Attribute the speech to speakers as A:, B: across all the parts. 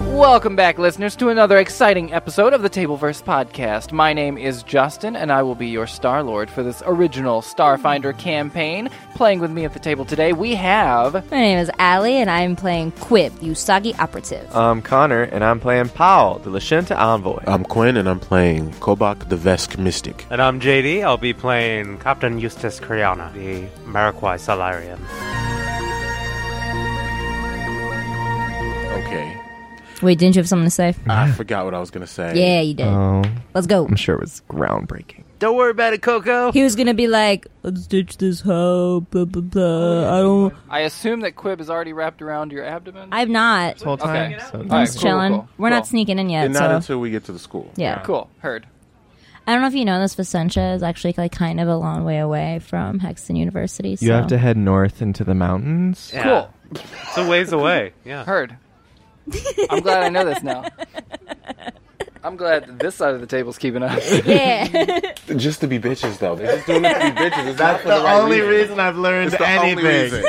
A: Welcome back, listeners, to another exciting episode of the Tableverse podcast. My name is Justin, and I will be your Star Lord for this original Starfinder campaign. Playing with me at the table today, we have.
B: My name is Allie, and I'm playing Quib, the Usagi operative.
C: I'm Connor, and I'm playing Powell, the Lashenta envoy.
D: I'm Quinn, and I'm playing Kobach the Vesk Mystic.
E: And I'm JD. I'll be playing Captain Eustace Kriana, the Marquis Salarian.
D: Okay.
B: Wait, didn't you have something to say?
D: I forgot what I was going to say.
B: Yeah, you did.
C: Oh.
B: Let's go.
C: I'm sure it was groundbreaking.
E: Don't worry about it,
C: Oh.
E: Coco.
B: He was gonna be like, let's ditch this hoe, blah blah blah. I don't.
A: I assume that Quib is already wrapped around your abdomen.
B: I've not.
C: whole
A: time, Okay.
C: So
A: All
B: I'm
A: right,
B: just
A: cool,
B: chilling.
A: cool,
B: We're
A: cool.
B: not sneaking in yet,
D: And not
B: so
D: until we get to the school.
B: yeah.
A: Cool, heard.
B: I don't know if you know this, Vicentia is actually like kind of a long way away from Hexton University. So.
C: You have to head north into the mountains.
A: Cool,
E: It's a ways away. Yeah.
A: heard. I'm glad I know this now. I'm glad this side of the table's keeping up.
B: Yeah.
D: Just to be bitches, though. They're just doing it to be bitches. It's not for the, right
C: I've learned
D: It's the only reason.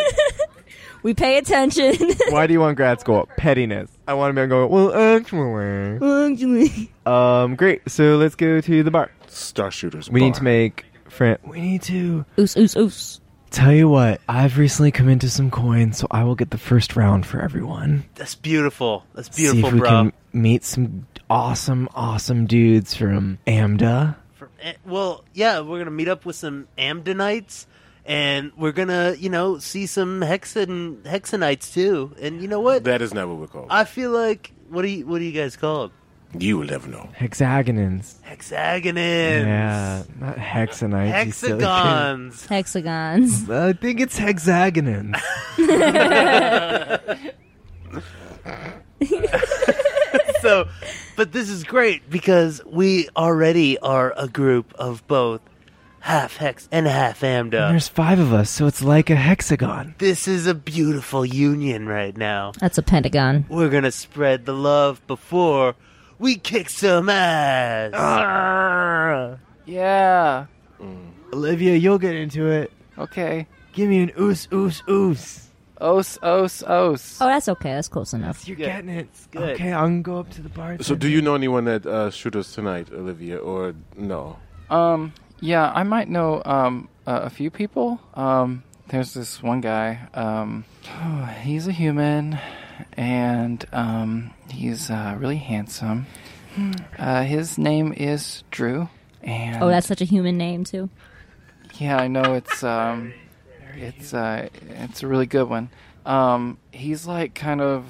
B: we pay attention.
C: Why do you want grad school? Pettiness. I want to be going. Well, actually,
B: Actually.
C: um, great. So let's go to the bar.
D: Star Shooters.
C: We need to
D: Bar.
C: make friend. We need to
B: oos, oos, oos.
C: tell you what. I've recently come into some coins, so I will get the first round for everyone.
E: That's beautiful. That's
C: See if we can meet some awesome, awesome dudes from Amda.
F: For- eh, well, yeah, we're gonna meet up with some Amdonites, and we're gonna, you know, see some Hexen Hexenites too. And you know what?
D: That is not what we're called.
F: I feel like what do you what do you guys called?
D: you will never know.
C: Hexagonins.
F: Hexagonins,
C: Yeah, not hexanites. you silly
F: hexagons.
B: Hexagons.
C: kid. I think it's hexagonins.
F: so, but this is great because we already are a group of both half hex and half Amda.
C: There's five of us, so it's like a hexagon.
F: This is a beautiful union right now.
B: That's a pentagon.
F: We're gonna spread the love before we kick some ass.
A: Yeah,
C: Olivia, you'll get into it.
A: okay.
C: Give me an oos, oos, oos.
A: Os, os, os.
B: Oh, that's okay. That's close enough.
C: You're
F: Good.
C: getting it.
F: Good.
C: Okay, I'm gonna go up to the bar.
D: So, do you know anyone at uh, Shooters tonight, Olivia, or no?
A: Um, yeah, I might know um uh, a few people. Um, there's this one guy. Um, he's a human, and um, he's uh, really handsome. Uh, his name is Drew, and
B: Oh, that's such a human name too.
A: yeah, I know it's um, it's uh, it's a really good one. Um, he's like kind of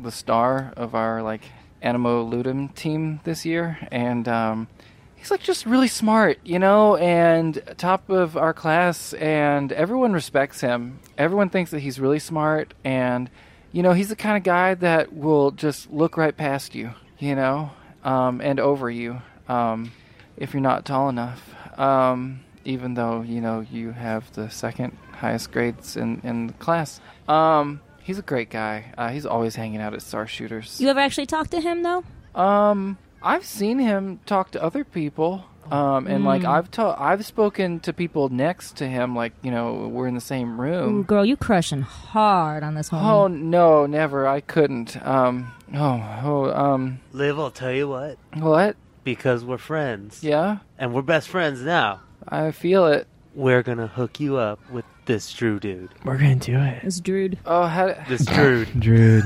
A: the star of our like Animo Ludum team this year, and um, he's like just really smart, you know, and top of our class, and everyone respects him. Everyone thinks that he's really smart, and you know, he's the kind of guy that will just look right past you, you know, um, and over you. Um, if you're not tall enough. Um, even though you know you have the second highest grades in in the class. Um, he's a great guy. Uh, he's always hanging out at Star Shooters.
B: You ever actually talked to him though?
A: Um, I've seen him talk to other people. Um, and
B: Hmm.
A: like I've ta- I've spoken to people next to him. Like you know we're in the same room.
B: Ooh, girl, you crushing hard on this
A: Um, Oh
B: homie.
A: no, never. I couldn't. Um, oh, oh, um,
F: Liv, I'll tell you what,
A: what?
F: because we're friends.
A: Yeah,
F: And we're best friends now.
A: I feel it.
F: We're gonna hook you up with this Drew dude.
C: We're gonna do it,
B: This druid.
A: Oh, how
F: This Drew.
C: Druid.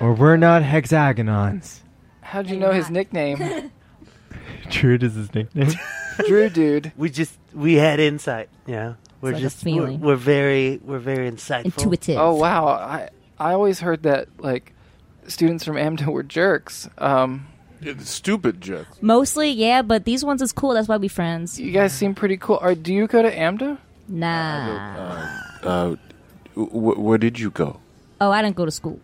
C: or we're not hexagonons.
A: how'd you
B: Hey,
A: know his
B: Matt.
A: nickname?
C: Druid is his nickname.
A: Drew, dude.
F: we just we had insight, yeah. We're
B: like a
F: just
B: feeling.
F: We're, we're very we're very insightful.
B: Intuitive.
A: Oh wow, I I always heard that like students from Amden were jerks. Um,
D: It's Stupid jerk.
B: Mostly, yeah, but these ones is cool. That's why we friends.
A: you guys seem pretty cool. Are, do you go to Amden?
B: Nah.
D: Uh, wh- where did you go?
B: Oh, I didn't go to school.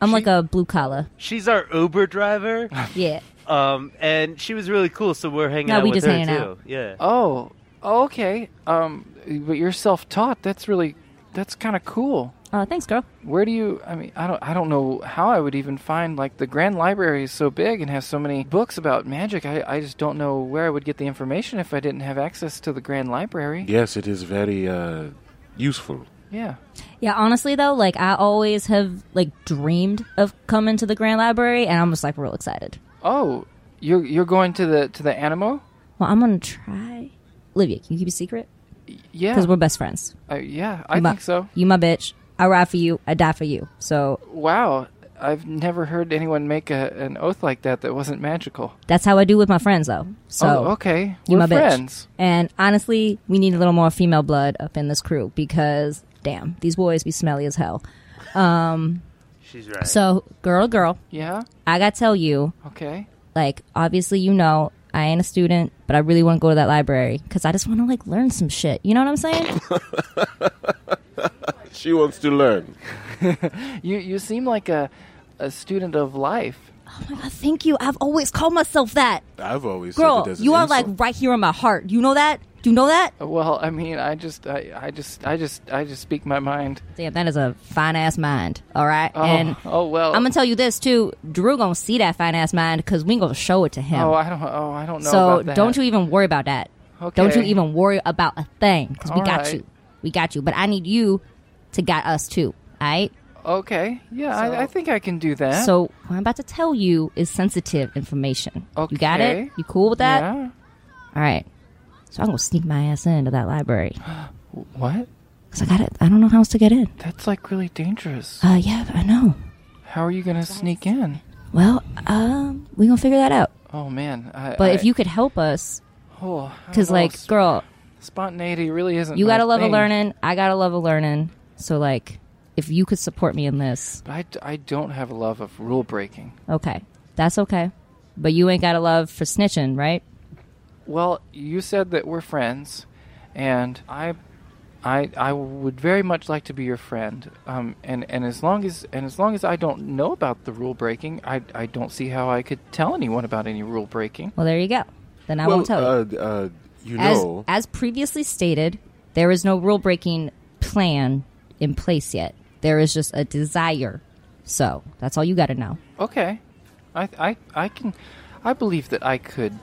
B: I'm like a blue collar.
F: She's our Uber driver,
B: Yeah.
F: um, and she was really cool. So we're hanging
B: No,
F: out
B: we
F: with
B: just
F: her
B: hanging
F: too.
B: out.
F: Yeah.
A: Oh, oh, okay. Um, but you're self-taught. That's really that's kind of cool.
B: Oh, thanks, girl.
A: Where do you? I mean, I don't I don't know how I would even find like the Grand Library is so big and has so many books about magic. I I just don't know where I would get the information if I didn't have access to the Grand Library.
D: Yes, it is very uh, useful.
A: Yeah.
B: Yeah, honestly though, like I always have like dreamed of coming to the Grand Library, and I'm just like real excited.
A: Oh, you're you're going to the to the Animo?
B: Well, I'm gonna try. Olivia, can you keep a secret?
A: Yeah.
B: Because we're best friends.
A: Uh, yeah, I
B: My-
A: think so.
B: You my bitch. I ride for you. I die for you. So
A: Wow, I've never heard anyone make a, an oath like that that wasn't magical.
B: that's how I do with my friends though. So
A: oh, okay.
B: You
A: We're
B: my bitch.
A: friends.
B: And honestly, we need a little more female blood up in this crew because damn, these boys be smelly as hell. Um,
E: She's right.
B: So, girl to girl,
A: Yeah.
B: I gotta tell you,
A: Okay.
B: like, obviously, you know, I ain't a student, but I really want to go to that library because I just want to like learn some shit. You know what I'm saying?
D: She wants to learn.
A: You you seem like a a student of life.
B: I thank you. I've always called myself that.
D: I've always said it
B: Girl,
D: as an
B: you are like
D: insult.
B: right here in my heart. You know that? Do you know that?
A: Well, I mean, I just I, I just I just I just speak my mind.
B: Damn, that is a fine ass mind. All right,
A: Oh,
B: and
A: oh well.
B: I'm gonna tell you this too. Drew gonna see that fine ass mind because we gonna show it to him.
A: Oh, I don't oh, I don't know
B: so
A: about that.
B: don't you even worry about that.
A: Okay.
B: Don't you even worry about a thing because we
A: All
B: got
A: right.
B: you. We got you. But I need you to got us too. All right.
A: Okay. Yeah,
B: So-
A: I, I think I can do that.
B: So what I'm about to tell you is sensitive information. You got
A: Okay.
B: it. You cool with that?
A: Yeah.
B: All right. So I'm gonna sneak my ass into that library
A: What?
B: because I got it. I don't know how else to get in.
A: That's like really dangerous.
B: Uh, yeah, I know.
A: How are you gonna sneak in?
B: Well, um, we gonna figure that out.
A: Oh man. I,
B: But
A: I-
B: if you could help us,
A: oh, I don't
B: because
A: know,
B: like,
A: sp-
B: girl,
A: spontaneity really isn't.
B: you
A: my
B: gotta love a
A: thing.
B: learning. I gotta love a learning. So like, if you could support me in this,
A: But I, d- I don't have a love of rule breaking.
B: Okay. That's okay. But you ain't got a love for snitching, right?
A: Well, you said that we're friends, and I, I, I would very much like to be your friend. Um, and, and as long as and as long as I don't know about the rule breaking, I, I don't see how I could tell anyone about any rule breaking.
B: Well, there you go. Then I won't tell you.
D: uh, uh, you
B: as,
D: know,
B: as previously stated, there is no rule breaking plan in place yet. There is just a desire. So that's all you got to know.
A: Okay, I, I, I can, I believe that I could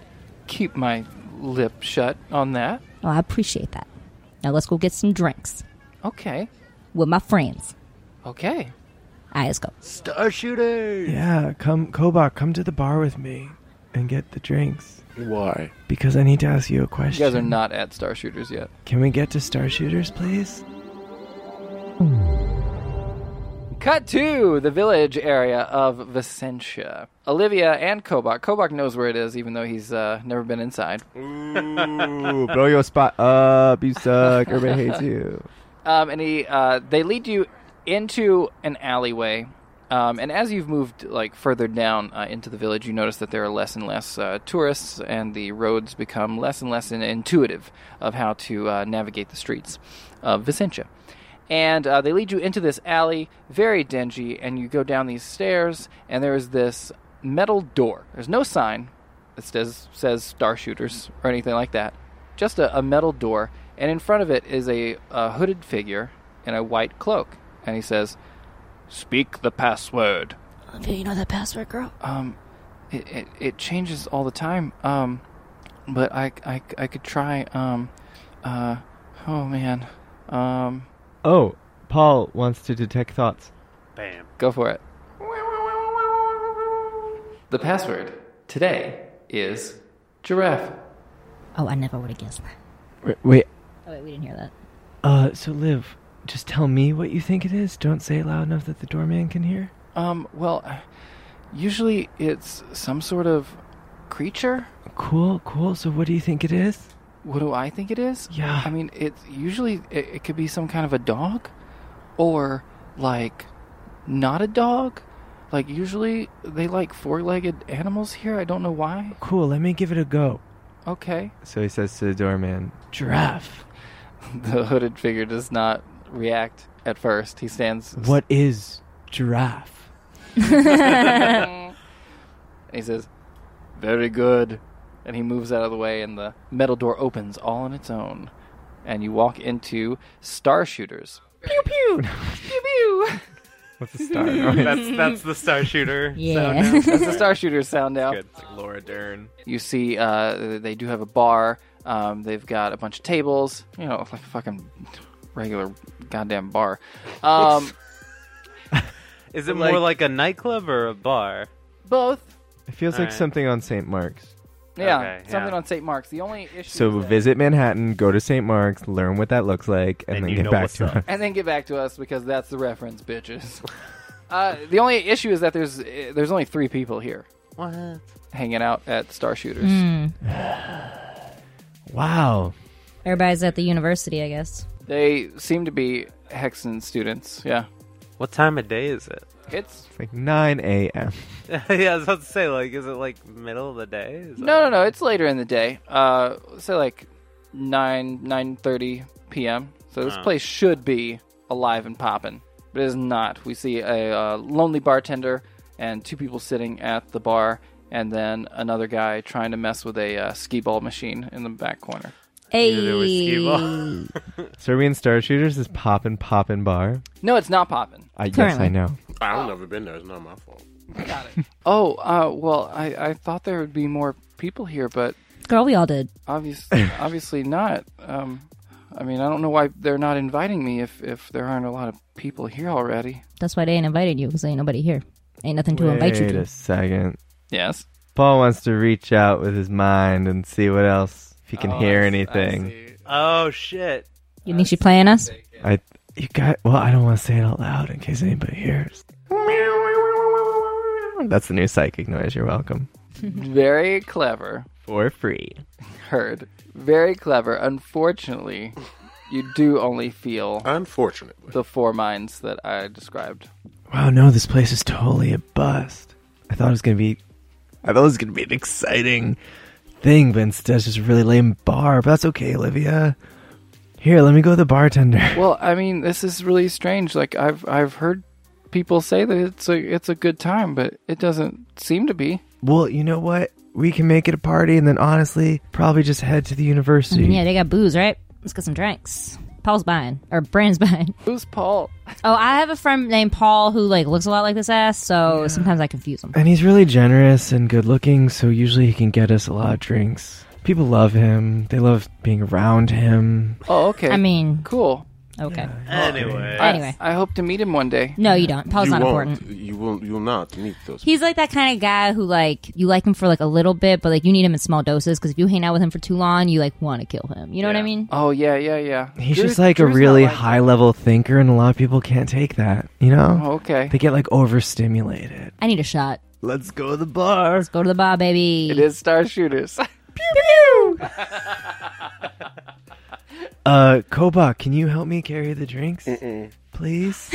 A: keep my lip shut on that.
B: Oh, I appreciate that. Now let's go get some drinks
A: Okay,
B: with my friends.
A: okay.
B: All right, let's go.
F: Star shooter.
C: Yeah, come, Kobach, come to the bar with me and get the drinks
D: why?
C: because I need to ask you a
A: You
C: question.
A: guys are not at Star Shooters yet.
C: Can we get to Star Shooters, please?
A: Cut to the village area of Vicentia. Olivia and Kobach. Kobach knows where it is, even though he's uh, never been inside.
C: Ooh, blow your spot up. You suck. Everybody hates you.
A: Um, and he, uh, they lead you into an alleyway. Um, and as you've moved like further down uh, into the village, you notice that there are less and less uh, tourists, and the roads become less and less in- intuitive of how to uh, navigate the streets of Vicentia. And uh, they lead you into this alley, very dingy, and you go down these stairs, and there is this metal door. There's no sign that says, says Star Shooters or anything like that. Just a, a metal door, and in front of it is a, a hooded figure in a white cloak. And he says, Speak the password.
B: You know that password, girl?
A: Um, it, it, it changes all the time. Um, but I, I, I could try, um, uh, oh man. Um,
C: Oh, Paul wants to detect thoughts.
E: Bam.
A: Go for it. The password today is giraffe.
B: Oh, I never would have guessed that.
C: Wait, wait.
B: Oh, wait, we didn't hear that.
C: Uh, so Liv, just tell me what you think it is. Don't say it loud enough that the doorman can hear.
A: Um, well, usually it's some sort of creature.
C: Cool, cool. So what do you think it is?
A: What do I think it is?
C: Yeah.
A: I mean, it's usually it, it could be some kind of a dog, or like not a dog. Like usually they like four-legged animals here. I don't know why.
C: Cool. Let me give it a go.
A: Okay.
G: So he says to the doorman,
C: Giraffe.
A: The hooded figure does not react at first. He stands
C: What is giraffe?
A: And he says, Very good. And he moves out of the way, and the metal door opens all on its own. And you walk into Star Shooters. Pew pew! pew pew!
G: "What's a star?" Oh, wait,
E: That's that's the star shooter.
B: Yeah.
E: sound now.
A: That's the Star Shooters sound now.
G: It's like Laura Dern.
A: You see, uh, they do have a bar. Um, they've got a bunch of tables. You know, like a fucking regular goddamn bar. Um,
F: Is it
G: Like-
F: more like a nightclub or a bar?
A: both.
C: It feels like
F: Alright.
C: something on St. Mark's.
A: Yeah,
E: Okay,
A: something
E: yeah.
A: on St. Mark's. The only issue.
C: So
A: is that-
C: visit Manhattan, go to St. Mark's, learn what that looks like, and
E: Then
C: then
E: you
C: get
E: know
C: back
E: what's
C: to
E: up.
C: us.
A: and then get back to us because that's the reference, bitches. uh, the only issue is that there's eh, there's only three people here
F: What?
A: hanging out at Star Shooters.
B: Hmm.
C: Wow.
B: Everybody's at the university, I guess.
A: They seem to be Hexen students. Yeah,
E: What time of day is it?
A: it's
C: It's like 9 a.m.
E: yeah, I was about to say, like, is it like middle of the day? Is that-
A: no, no, no. It's later in the day. Uh, say like nine nine thirty p.m. So this place should be alive and popping, but it is not. We see a uh, lonely bartender and two people sitting at the bar, and then another guy trying to mess with a uh, skee ball machine in the back corner.
E: there was skee
B: Hey,
C: So are we in Star Shooters? This poppin' poppin' bar?
A: No, it's not popping.
C: I, yes,
B: Currently.
C: I know.
D: I don't never been there. It's not my fault.
A: Got it. oh, uh, well, I, I thought there would be more people here, but
B: girl, we all did.
A: obviously, obviously not. Um, I mean, I don't know why they're not inviting me if, if there aren't a lot of people here already.
B: That's why they ain't invited you because ain't nobody here. Ain't nothing to invite you
C: Wait
B: to.
C: a second.
A: Yes.
C: Paul wants to reach out with his mind and see what else if he
A: Oh,
C: can hear anything.
F: Oh shit!
B: You think she playing us?
C: I, you got well. I don't want to say it out loud in case anybody hears. That's the new psychic noise. You're welcome
A: Very clever.
C: for free.
A: Heard. Very clever. Unfortunately, you do only feel
D: Unfortunately.
A: the four minds that I described.
C: Wow, no, this place is totally a bust. I thought it was gonna be, I thought it was gonna be an exciting thing, but instead it's just a really lame bar. But that's okay, Olivia. Here, let me go to the bartender.
A: Well, I mean, this is really strange. Like I've I've heard people say that it's a it's a good time, but it doesn't seem to be.
C: Well, you know what? We can make it a party, and then honestly, probably just head to the
B: I
C: university.
B: mean, yeah, they got booze, right? Let's get some drinks. Paul's buying or Brand's buying.
A: Who's Paul?
B: Oh, I have a friend named Paul who like looks a lot like this ass, so sometimes I confuse him.
C: And he's really generous and good looking, so usually he can get us a lot of drinks. People love him. They love being around him.
A: Oh, okay.
B: I mean,
A: cool.
B: okay.
F: Anyway,
A: I-
B: Anyway.
A: I, hope to meet him one day.
B: No, you don't. Paul's
D: you
B: not
D: won't.
B: important.
D: You will. You'll not need those.
B: He's like that kind of guy who like you like him for like a little bit, but like you need him in small doses because if you hang out with him for too long, you like want to kill him. You know what I mean?
A: Oh yeah, yeah, yeah.
C: He's
A: Drew-
C: just like
A: Drew's
C: a
A: not
C: really
A: like
C: high
A: that.
C: level thinker, and a lot of people can't take that, you know?
A: Oh, okay.
C: They get like overstimulated.
B: I need a shot.
C: Let's go to the bar.
B: Let's go to the bar, baby.
A: It is Star Shooters.
C: Uh, Kobach, can you help me carry the drinks? Please?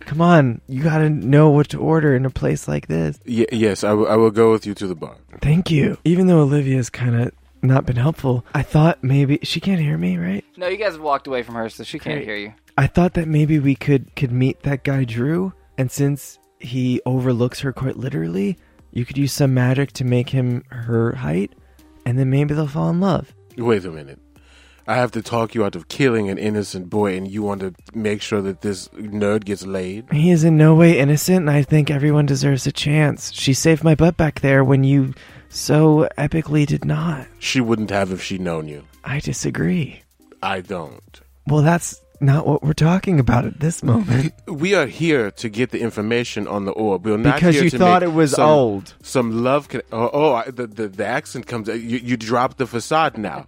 C: Come on, you gotta know what to order in a place like this.
D: Ye- yes, I will- I will go with you to the bar.
C: Thank you. Even though Olivia's kind of not been helpful, I thought maybe she can't hear me, right?
A: no, you guys walked away from her, so she can't
C: Great.
A: hear you.
C: I thought that maybe we could could meet that guy Drew, and since he overlooks her quite literally, you could use some magic to make him her height, and then maybe they'll fall in love.
D: Wait a minute. I have to talk you out of killing an innocent boy, and you want to make sure that this nerd gets laid.
C: He is in no way innocent, and I think everyone deserves a chance. She saved my butt back there when you so epically did not.
D: She wouldn't have if she'd known you.
C: I disagree.
D: I don't.
C: Well, that's not what we're talking about at this moment.
D: We are here to get the information on the orb. We're not
C: Because
D: here
C: you
D: to
C: thought
D: make
C: it was
D: some-
C: old.
D: Some love. Con- oh, oh I, the, the the accent comes. uh, You you dropped the facade now.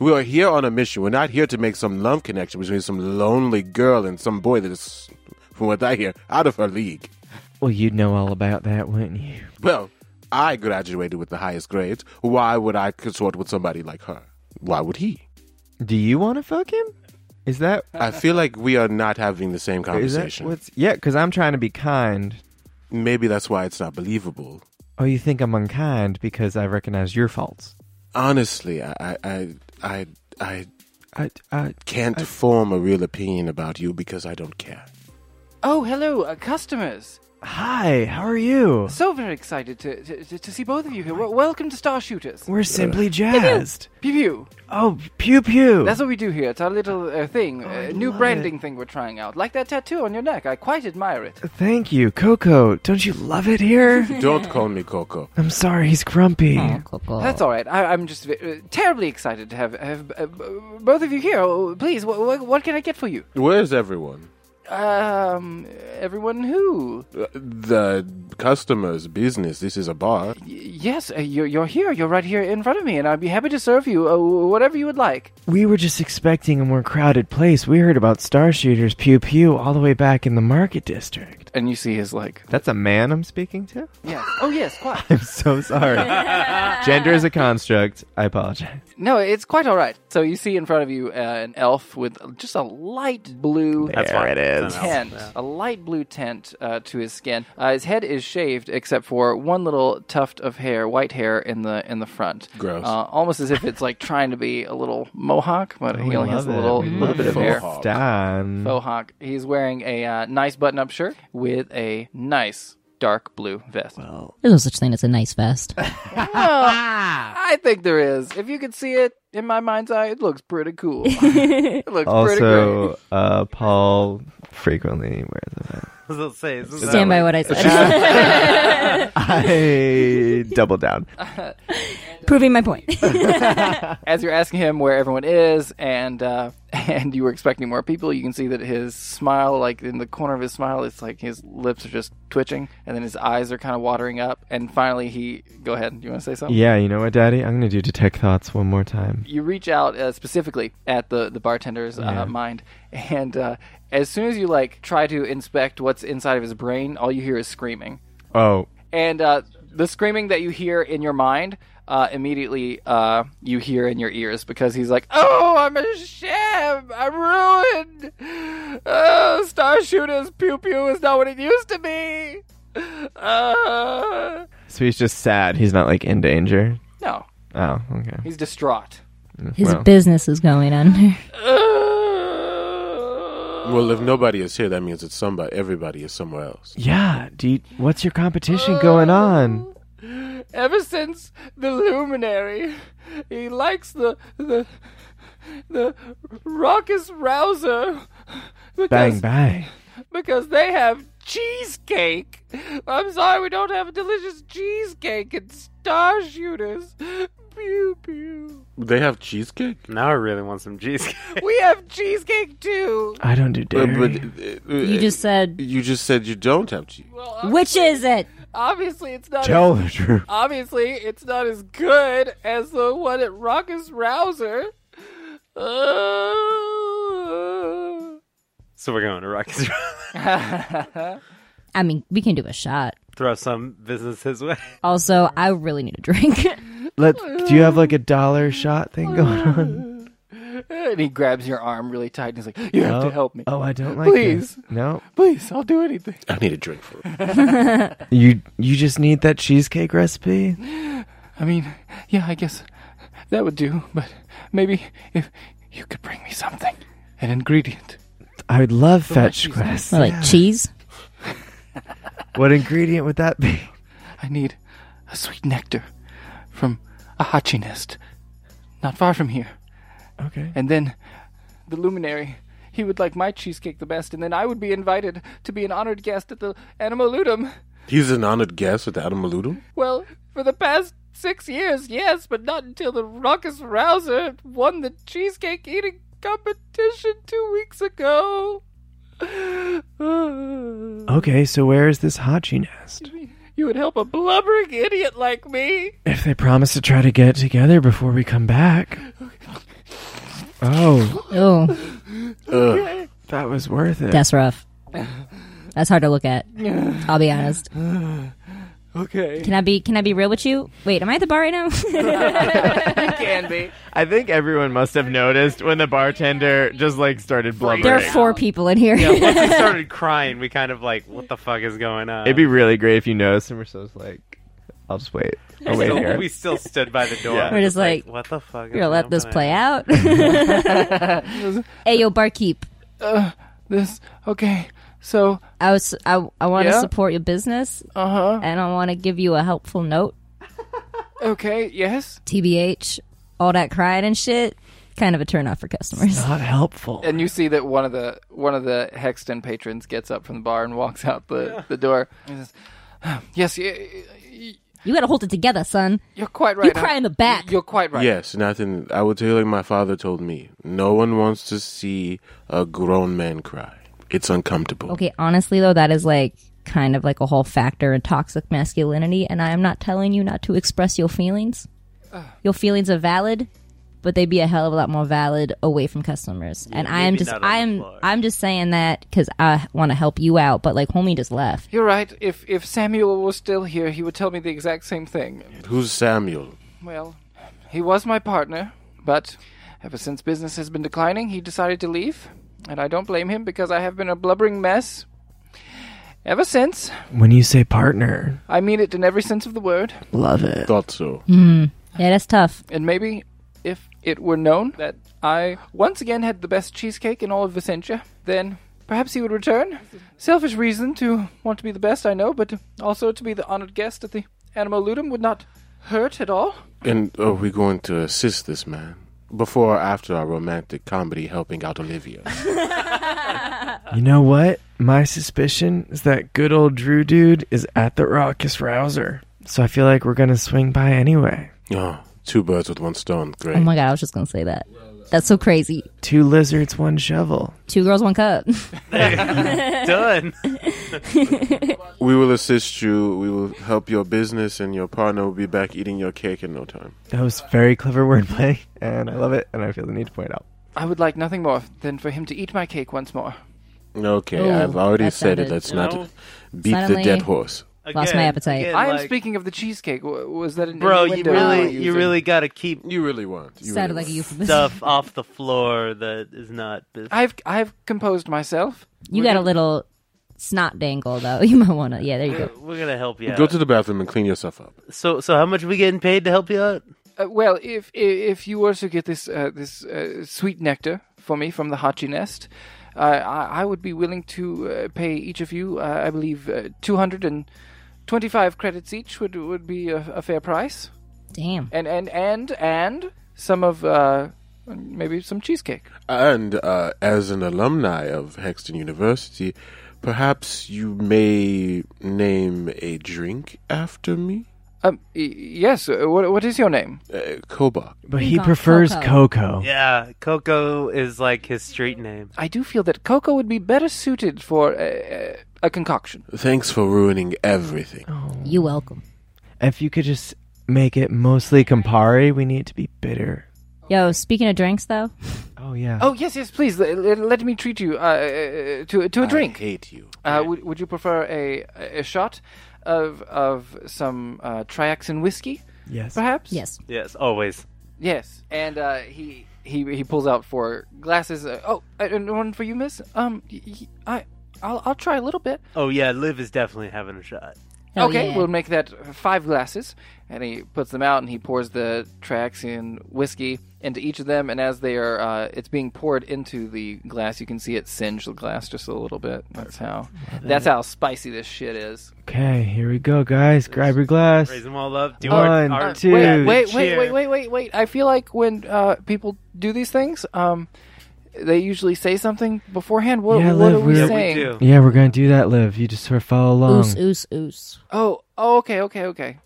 D: we are here on a mission. We're not here to make some love connection between some lonely girl and some boy that is, from what I hear, out of her league.
C: well, you'd know all about that, wouldn't you?
D: Well, I graduated with the highest grades. Why would I consort with somebody like her? Why would he?
C: Do you want to fuck him? Is that
D: I feel like we are not having the same
C: Is that
D: conversation.
C: what's- yeah, because I'm trying to be kind.
D: Maybe that's why it's not believable.
C: Oh, you think I'm unkind because I recognize your faults?
D: Honestly, I I I I, I
C: I, I,
D: can't form a real opinion about you because I don't care.
A: Oh, hello, uh, customers.
C: Hi, how are you?
A: So very excited to, to, to see both of you here. Well, welcome to Star Shooters.
C: We're simply jazzed.
A: Pew pew.
C: Oh, pew pew.
A: That's what we do here. It's our little uh, thing, uh, new
C: Oh, love
A: branding thing we're trying out. Like that tattoo on your neck. I quite admire it.
C: Thank you, Coco. Don't you love it here?
D: Don't call me Coco.
C: I'm sorry, he's grumpy.
B: Oh, Coco.
A: That's all right. I, I'm just uh, terribly excited to have, have uh, b- both of you here. Oh, please, wh- wh- what can I get for you?
D: Where's everyone?
A: Um, everyone who?
D: Uh, The customers' business. This is a bar.
A: Y- yes, uh, you're, you're here. You're right here in front of me, and I'd be happy to serve you uh, whatever you would like.
C: We were just expecting a more crowded place. We heard about star shooters pew pew all the way back in the market district.
A: And you see his like,
G: That's a man I'm speaking to?
A: yes. Oh, yes, quite.
C: I'm so sorry. Gender is a construct. I apologize.
A: No, it's quite all right. So you see in front of you uh, an elf with just a light blue
E: That's
G: there
E: fine.
G: it is.
A: tent, a light blue tint uh, to his skin. Uh, his head is shaved except for one little tuft of hair, white hair in the in the front.
D: Gross.
A: Uh, almost as if it's like trying to be a little mohawk, but
C: Oh,
A: he
C: we
A: only has a
C: love it.
A: little,
C: We
A: little
D: love
A: bit of
D: it.
A: hair.
D: Faux hawk.
G: Done.
A: Faux hawk. He's wearing a uh, nice button-up shirt with a nice dark blue vest.
B: There's no such thing as a nice vest.
A: Well, I think there is. If you could see it in my mind's eye, it looks pretty cool. it looks pretty great.
G: Also, uh, Paul frequently wears a vest.
F: I was gonna say, isn't that
B: Stand by
F: like-
B: what I said.
G: I double down.
B: Proving my point.
A: as you're asking him where everyone is and uh, and you were expecting more people you can see that his smile like in the corner of his smile it's like his lips are just twitching and then his eyes are kind of watering up and finally he go ahead you want to say something
G: Yeah, you know what, Daddy? I'm gonna do detect thoughts one more time.
A: you reach out uh, specifically at the the bartender's uh, mind and uh, as soon as you like try to inspect what's inside of his brain all you hear is screaming
G: Oh,
A: and uh, the screaming that you hear in your mind uh, immediately uh, you hear in your ears because he's like, "Oh, I'm a sham! I'm ruined! Uh, Star Shooter's pew pew is not what it used to be." Uh,
G: so he's just sad. He's not like in danger.
A: no,
G: Oh, okay.
A: he's distraught.
B: His
G: Well.
B: business is going under.
A: Uh,
D: Well, if nobody is here, that means it's somebody. Everybody is somewhere else.
C: Yeah, do you, what's your competition going on?
A: ever since the luminary, he likes the the the raucous rouser.
C: Bang
A: because-
C: bang.
A: because they have cheesecake. I'm sorry, we don't have delicious cheesecake and star shooters. Pew pew.
D: They have cheesecake.
E: Now I really want some cheesecake.
A: We have cheesecake too.
C: I don't do
D: Uh,
C: dairy.
D: uh, uh,
B: You just said,
D: you just said you don't have cheese.
A: Well, ob-
B: which is it?
A: obviously it's not.
C: Tell the truth.
A: obviously it's not as good as the one at Raucous Rouser. Uh...
E: So we're going to rock his
B: I mean, we can do a shot.
E: throw some business his way.
B: Also, I really need a drink.
C: Let do you have like a dollar shot thing going on?
A: and he grabs your arm really tight and he's like, "You have
C: Oh,
A: to help me,
C: Oh, I don't like
A: Please.
C: this. No.
A: please. I'll do anything."
D: I need a drink for it.
C: You you just need that cheesecake recipe?
A: I mean, yeah, I guess that would do, but maybe if you could bring me something, an ingredient.
C: I would love
A: much
C: fetch
A: cheese.
C: quests.
B: Or like cheese.
C: What ingredient would that be?
A: I need a sweet nectar from a hachi nest not far from here.
C: Okay.
A: And then the luminary, he would like my cheesecake the best, and then I would be invited to be an honored guest at the Animaludum.
D: He's an honored guest with Adam Maludum.
A: Well, for the past six years, yes, but not until the raucous rouser won the cheesecake eating competition two weeks ago.
C: Okay, so where is this Hachi nest?
A: You would help a blubbering idiot like me.
C: If they promise to try to get together before we come back. Oh,
B: Oh,
D: Ugh.
C: that was worth it.
B: that's rough. That's hard to look at. I'll be honest.
A: Okay.
B: Can I be can I be real with you? Wait, am I at the bar right now?
A: Can be.
G: I think everyone must have noticed when the bartender just like started
B: there are
G: blubbering.
B: four people in here.
E: Yeah, once he started crying, we kind of like, what the fuck is going on?
G: It'd be really great if you noticed and we're so just like, I'll just wait. I'll wait
E: So
G: here.
E: we still stood by the door.
G: Yeah.
E: and
B: We're just like,
E: what the fuck?
B: You're gonna let this play out. hey yo, barkeep.
A: This okay. So,
B: I was I, I want to
A: Yeah?
B: support your business
A: uh huh.
B: and I want to give you a helpful note.
A: Okay, yes.
B: TBH, all that crying and shit, kind of a turn off for customers.
C: Not helpful.
A: And you see that one of the one of the Hexton patrons gets up from the bar and walks out the, the door. He says, "Ah, yes, y- y-
B: You got to hold it together, son.
A: you're quite right.
B: You cry
A: I-
B: in the back.
A: You're quite right.
D: Uh, Yes, nothing. I will tell you like my father told me. No one wants to see a grown man cry. It's uncomfortable.
B: Okay, honestly though, that is like kind of like a whole factor in toxic masculinity, and I am not telling you not to express your feelings.
F: Ah.
B: Your feelings are valid, but they'd be a hell of a lot more valid away from customers. and I am
F: maybe
B: just,
F: not on the
B: I am,
F: floor.
B: I'm just saying that because I want to help you out, but like homie just left.
A: You're right. If if Samuel was still here, he would tell me the exact same thing.
D: Who's Samuel?
A: Well, he was my partner, but ever since business has been declining, he decided to leave, and I don't blame him because I have been a blubbering mess ever since.
C: When you say partner,
A: I mean it in every sense of the word.
C: love it.
D: Thought so.
B: Yeah, that's tough.
A: And maybe if it were known that I once again had the best cheesecake in all of Vicentia, then perhaps he would return. Selfish reason to want to be the best, I know, but also to be the honored guest at the Animal Ludum would not hurt at all.
D: And are we going to assist this man? Before or after our romantic comedy helping out Olivia?
C: You know what? My suspicion is that good old Drew dude is at the raucous rouser. So I feel like we're gonna swing by anyway.
D: oh, two birds with one stone. Great.
B: Oh my god, I was just gonna say that. That's so crazy.
C: Two lizards, one shovel.
B: Two girls, one cup.
F: Done.
D: we will assist you. We will help your business, and your partner will be back eating your cake in no time.
C: That was very clever wordplay, and I love it, and I feel the need to point it out.
A: I would like nothing more than for him to eat my cake once more.
D: Okay,
B: Ooh,
D: I've already
B: that
D: said
B: sounded-
D: it. Let's not
F: No.
D: beat
B: Suddenly-
D: the dead horse.
B: Lost my appetite.
A: I am
F: like,
A: speaking of the cheesecake. W- Was that an
F: Bro, you
A: innuendo were
F: really, you
A: using?
F: really got to keep
D: You really want. You
B: Sounded
D: really
B: like a euphemism.
F: stuff off the floor that is not. This.
A: I've I've composed myself.
B: You got a little snot dangle though. You might want to. Yeah, there you go.
F: We're gonna help you.
D: want.
F: Out.
D: Go to the bathroom and clean yourself up.
F: so, so how much are we getting paid to help you out?
A: Uh, well, if i- if you were to get this uh, this uh, sweet nectar for me from the Hachi nest, uh, I, I would be willing to uh, pay each of you. Uh, I believe uh, two hundred and twenty-five credits each would would be a, a fair price,
B: Damn.
A: and and and and some of uh, maybe some cheesecake.
D: And uh, as an alumni of Hexton University, perhaps you may name a drink after me?
A: Um, y- yes. Uh, what what is your name?
D: Uh, Kobach.
C: But
B: We
C: he
B: got
C: prefers
B: Coco.
C: Coco.
F: Yeah, Coco is like his street name.
A: I do feel that cocoa would be better suited for uh, a concoction.
D: Thanks for ruining everything.
B: You welcome.
C: If you could just make it mostly Campari, we need it to be bitter.
B: Yo, speaking of drinks though,
C: Oh yeah.
A: Oh yes, yes, please l- l- let me treat you uh, uh, to to a drink.
D: I hate you.
A: Uh, would, would you prefer a, a shot of of some uh, Triaxin whiskey,
C: yes.
A: perhaps?
B: yes.
F: Yes, always.
A: Yes. And uh, he he he pulls out four glasses. Uh, oh, and one for you, Miss. Um, y- y- I I'll I'll try a little bit.
F: Oh yeah, Liv is definitely having a shot.
B: Hell
A: okay,
B: Oh, yeah.
A: we'll make that five glasses. And he puts them out and he pours the Triaxian whiskey into each of them. And as they are, uh, it's being poured into the glass, you can see it singe the glass just a little bit. That's how. That's how spicy this shit is.
C: Okay, here we go, guys. Grab your glass.
F: Raise them all up. Do
C: One,
F: our, our
C: two,
A: wait, wait, wait,
F: cheer.
A: wait, wait, wait, wait. I feel like when uh, people do these things, um, they usually say something beforehand. What,
C: Yeah,
A: what
C: Liv,
A: are we
C: we're-
F: Yeah, we
A: saying?
F: do.
C: Yeah, we're gonna do that, Liv. You just sort of follow along.
B: Oos, oos, oos.
A: Oh, oh, okay, okay, okay.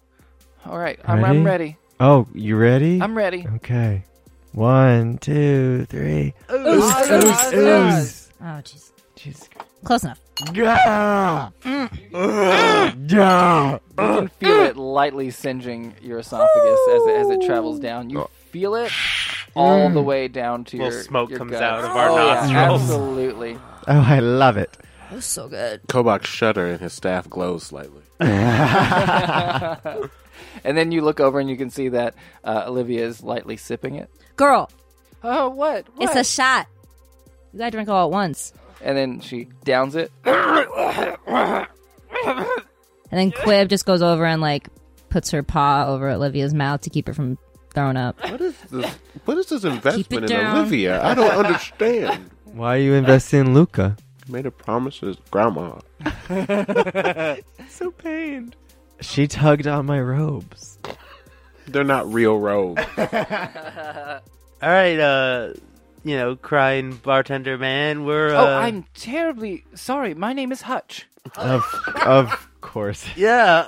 A: All right, I'm, I'm ready.
C: Oh, you ready?
A: I'm ready.
C: Okay. One, two, three.
A: Oz, Oz.
B: Oh, jeez.
C: Jesus.
B: Close enough.
C: Mm.
A: You
F: Uh.
A: can feel it lightly singeing your esophagus as it, as it travels down. You feel it all the way down to
F: Oh. Little
A: your
F: smoke
A: your
F: comes
A: guts.
F: out of our
A: Oh, yeah,
F: nostrils.
A: absolutely.
C: Oh, I love it.
B: It was so good.
D: Kobach shudder and his staff glows slightly.
A: And then you look over and you can see that uh, Olivia is lightly sipping it.
B: Girl,
A: Oh, what?
B: it's
A: What?
B: a shot. You gotta drink all at once.
A: and then she downs it.
B: And then Quib just goes over and, like, puts her paw over Olivia's mouth to keep her from throwing up.
D: What is this, what is this investment in
B: down.
D: Olivia? I don't understand.
C: Why are you investing in Luca?
D: made a promise to his grandma.
C: So pained. She tugged on my robes.
D: They're not real robes.
F: All right, uh, you know, crying bartender man. We're uh,
A: oh, I'm terribly sorry. My name is Hutch.
C: Of, of course.
F: yeah.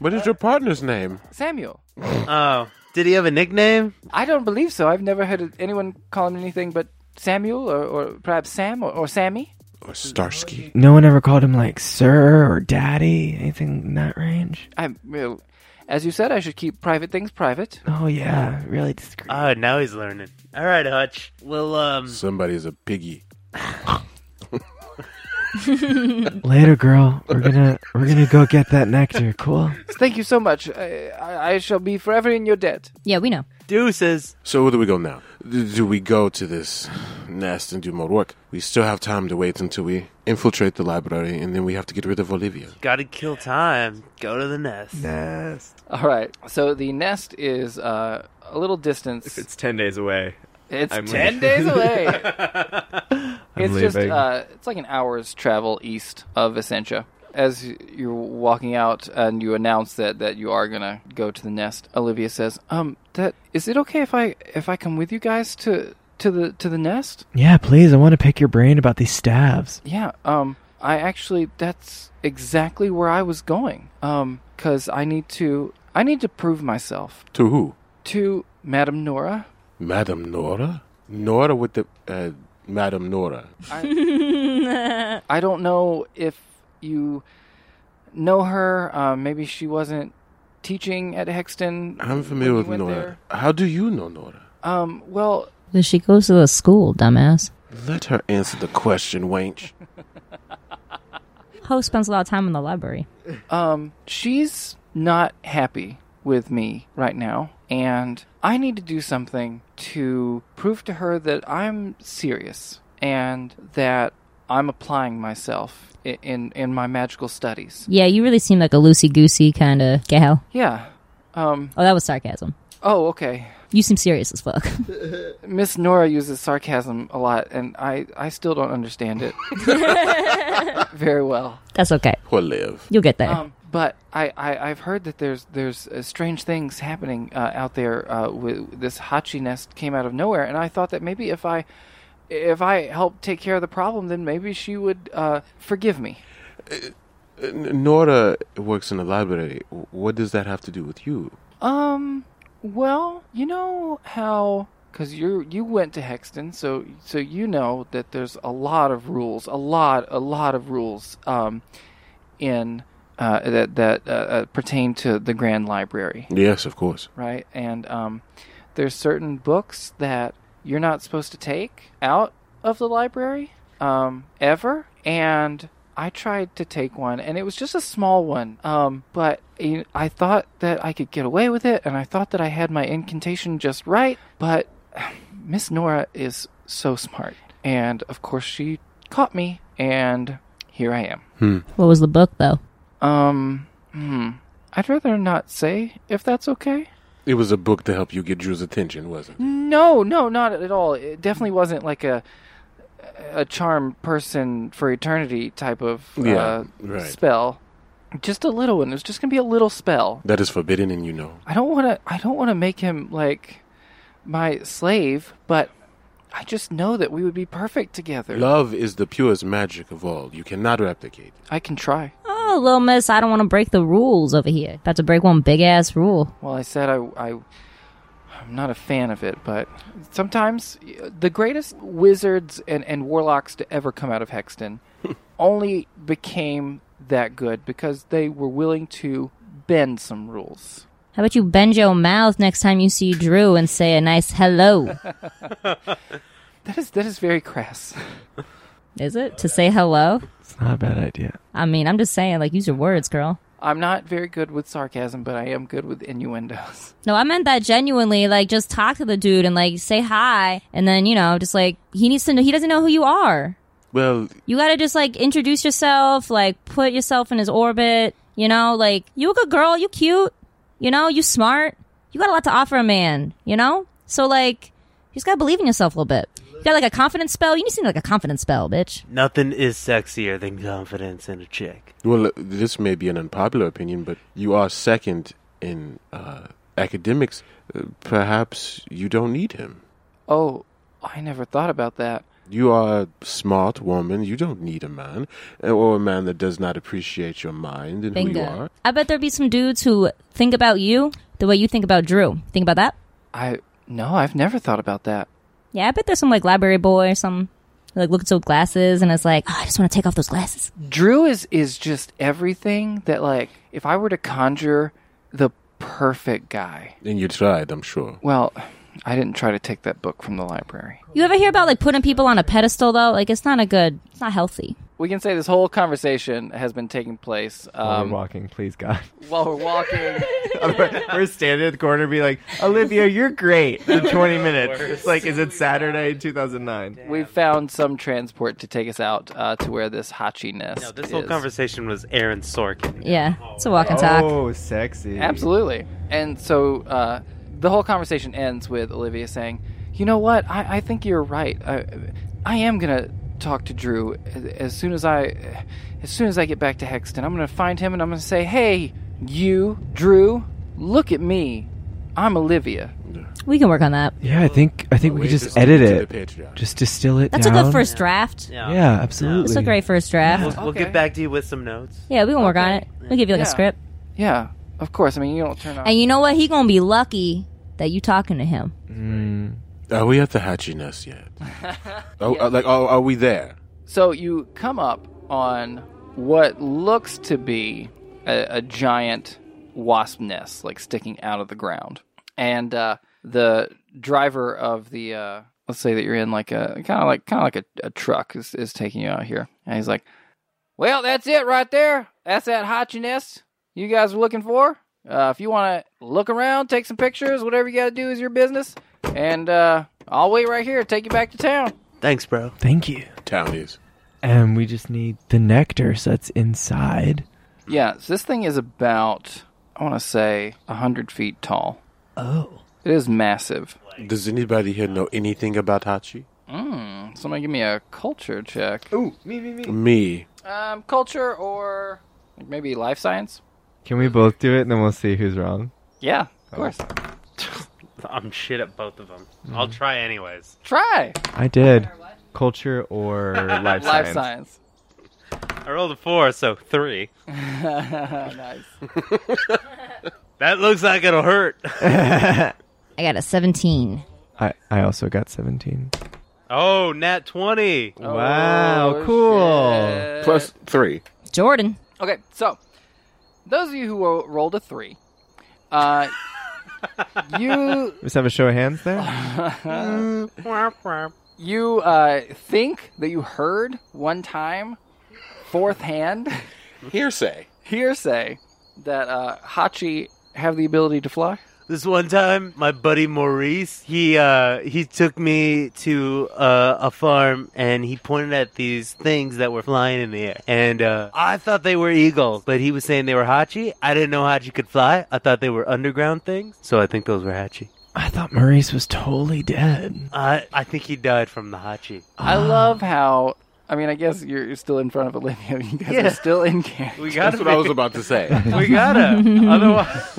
D: what is your partner's name?
A: Samuel.
E: uh,
F: oh, did he have a nickname?
A: I don't believe so. I've never heard anyone call him anything but Samuel or, or perhaps Sam or, or Sammy.
D: Or Starsky.
C: No one ever called him like sir or daddy, anything in that range.
A: I'm well, as you said, I should keep private things private.
C: Oh yeah, really discreet.
F: Oh, now he's learning. All right, Hutch. Well, um,
D: Somebody's a piggy.
C: Later, girl. We're gonna we're gonna go get that nectar. Cool.
A: Thank you so much. I, I, I shall be forever in your debt.
B: Yeah, we know.
F: deuces.
D: So where do we go now? D- Do we go to this nest and do more work? We still have time to wait until we infiltrate the library, and then we have to get rid of Olivia.
F: Got to kill time. Go to the nest.
C: Yes.
A: All right. So the nest is uh, a little distance. It's,
G: It's ten days away. I'm
A: ten
G: leaving.
A: days away.
C: I'm
A: it's just
C: leaving.
A: uh, it's like an hour's travel east of Essentia. As you're walking out and you announce that, that you are gonna go to the nest, Olivia says, "Um, that is it okay if I if I come with you guys to to the to the nest?"
C: yeah, please. I want to pick your brain about these staves.
A: Yeah, um I actually that's exactly where I was going. Um cuz I need to I need to prove myself
D: To who?
A: to Madame Nora.
D: Madam Nora? Nora with the. Uh, Madam Nora.
A: I don't know if you know her. Uh, maybe she wasn't teaching at Hexton.
D: I'm familiar
A: when
D: with
A: you went
D: Nora. How do you know Nora?
A: there. Um well,
B: Because she goes to the school, dumbass.
D: Let her answer the question, wench.
B: Ho spends a lot of time in the library.
A: um she's not happy with me right now and I need to do something to prove to her that I'm serious and that I'm applying myself i- in in my magical studies.
B: Yeah, you really seem like a loosey goosey kind of gal.
A: Yeah. Um
B: Oh, that was sarcasm.
A: oh okay.
B: You seem serious as fuck.
A: Miss Nora uses sarcasm a lot and I I still don't understand it very well.
B: That's okay.
D: Poor Liv.
B: You'll get there.
A: Um, but I, I I've heard that there's there's uh, strange things happening uh, out there. Uh, with this Hachi nest came out of nowhere, and I thought that maybe if I if I helped take care of the problem, then maybe she would uh, forgive me.
D: Uh, N- Nora works in the library. W- What does that have to do with you?
A: Um. Well, you know how because you you went to Hexton, so so you know that there's a lot of rules, a lot a lot of rules um, in uh, that that uh, uh, pertain to the Grand Library.
D: Yes, of course.
A: right? And um, there's certain books that you're not supposed to take out of the library um, ever. And I tried to take one, and it was just a small one. Um, but you know, I thought that I could get away with it, and I thought that I had my incantation just right. But Miss Nora is so smart, and of course she caught me, and here I am.
B: what was the book, though?
A: Um, hmm. I'd rather not say if that's okay.
D: It was a book to help you get Drew's attention, wasn't it?
A: No, no, not at all. It definitely wasn't like a a charm person for eternity type of
D: Yeah,
A: uh,
D: right.
A: spell. Just a little one. It was just gonna be a little spell.
D: That is forbidden, and you know.
A: I don't want to. I don't want to make him like my slave, but I just know that we would be perfect together.
D: Love is the purest magic of all. You cannot replicate it.
A: I can try.
B: Oh, little miss, I don't want to break the rules over here. About to break one big ass rule.
A: Well, I said I, I, I'm not a fan of it, but sometimes y- the greatest wizards and, and warlocks to ever come out of Hexton only became that good because they were willing to bend some rules.
B: How about you bend your mouth next time you see Drew and say a nice hello?
A: That is that is very crass.
B: Is it? To say hello?
C: It's not a bad idea.
B: I mean, I'm just saying, like, use your words, girl.
A: I'm not very good with sarcasm, but I am good with innuendos.
B: No, I meant that genuinely. Like, just talk to the dude and, like, say hi. And then, you know, just like, he needs to know, he doesn't know who you are.
D: Well,
B: You gotta just, like, introduce yourself, like, put yourself in his orbit. You know, like, you a good girl, you cute. You know, you smart. You got a lot to offer a man, you know? So, like, you just gotta believe in yourself a little bit. got like a confidence spell? You need to like a confidence spell, bitch.
F: Nothing is sexier than confidence in a chick.
D: Well, this may be an unpopular opinion, but you are second in uh, academics. Uh, Perhaps you don't need him.
A: Oh, I never thought about that.
D: You are a smart woman. You don't need a man, uh, or a man that does not appreciate your mind and who you
B: Bingo.
D: are.
B: I bet there'd be some dudes who think about you the way you think about Drew. Think about that?
A: I no, I've never thought about that.
B: Yeah, I bet there's some like library boy or some who, like looks at glasses and it's like, oh, I just want to take off those glasses.
A: Drew is is just everything that like if I were to conjure the perfect guy.
D: And you tried, I'm sure.
A: Well, I didn't try to take that book from the library.
B: You ever hear about like putting people on a pedestal though? Like it's not a good, it's not healthy.
A: We can say this whole conversation has been taking place
C: While we're
A: um,
C: walking, please God.
A: while we're walking.
C: we're standing at the corner, be like, Olivia, you're great. For 20 minutes. It's like, is it Saturday in 2009?
A: we found some transport to take us out uh, to where this Hachi nest
E: No, this
A: is.
E: whole conversation was Aaron Sorkin.
B: Yeah, it's a walk and talk.
C: Oh, sexy.
A: Absolutely. And so uh, the whole conversation ends with Olivia saying, "You know what? I, I think you're right. I, I am gonna talk to Drew as, as soon as I, as soon as I get back to Hexton. I'm gonna find him and I'm gonna say, Hey, you, Drew, look at me. I'm Olivia.
B: We can work on that.
C: Yeah, I think I think we
D: Wait,
C: could
D: this
C: just
D: is
C: edit
D: to the
C: it.
D: Patreon.
C: Just distill it
B: That's
C: down.
B: a good first draft.
F: Yeah.
C: Yeah,
B: That's a
C: absolutely.
B: great first draft.
F: We'll, we'll
A: Okay.
F: get back to you with some notes.
B: Yeah, we can work on it. We'll give you like a
A: Yeah.
B: script.
A: Yeah, of course. I mean, you don't turn on.
B: And you know what? He gonna be lucky that you talking to him.
C: Mm.
D: Are we at the Hachi nest yet? oh, uh, like, oh, are we there?
A: So you come up on what looks to be a, a giant wasp nest, like sticking out of the ground. And uh, the driver of the, uh, let's say that you're in like a kind of like kind of like a, a truck is, is taking you out here, and he's like, "Well, that's it right there. That's that Hachi nest you guys were looking for. Uh, if you want to look around, take some pictures, whatever you got to do is your business. And uh, I'll wait right here. Take you back to town."
F: Thanks, bro.
C: Thank you.
D: Town is.
C: And we just need the nectar so that's inside.
A: Yeah, so this thing is about, I want to say, 100 feet tall.
C: Oh.
A: It is massive.
D: Does anybody here know anything about Hachi?
A: Somebody give me a culture check.
C: Ooh, me, me, me.
D: Me.
A: Um, culture or like, maybe life science?
C: Can we both do it and then we'll see who's wrong?
A: Yeah, of
C: Oh.
A: course.
E: I'm shit at both of them.
C: Mm.
E: I'll try anyways.
A: Try
C: I did. Culture or life science?
A: life science.
E: I rolled a four, so three.
A: nice.
E: That looks like it'll hurt.
B: I got a 17.
C: I, I also got 17.
E: Oh, nat 20.
C: wow,
A: Oh,
C: cool.
A: Uh,
D: Plus three.
B: Jordan.
A: Okay, so those of you who ro- rolled a three, uh, you
C: Let's have a show of hands there.
A: you uh, think that you heard one time, fourth hand.
D: Hearsay.
A: hearsay that uh, Hachi have the ability to fly.
F: This one time, my buddy Maurice, he uh, he took me to uh, a farm and he pointed at these things that were flying in the air, and uh, I thought they were eagles, but he was saying they were hachi. I didn't know hachi could fly. I thought they were underground things, so I think those were hachi.
C: I thought Maurice was totally dead.
F: I I think he died from the hachi.
A: I love how. I mean, I guess you're you're still in front of Olivia. You guys
F: Yeah.
A: are still in camp.
F: We
D: That's
F: gotta,
D: what I was about to say.
F: we gotta. Otherwise,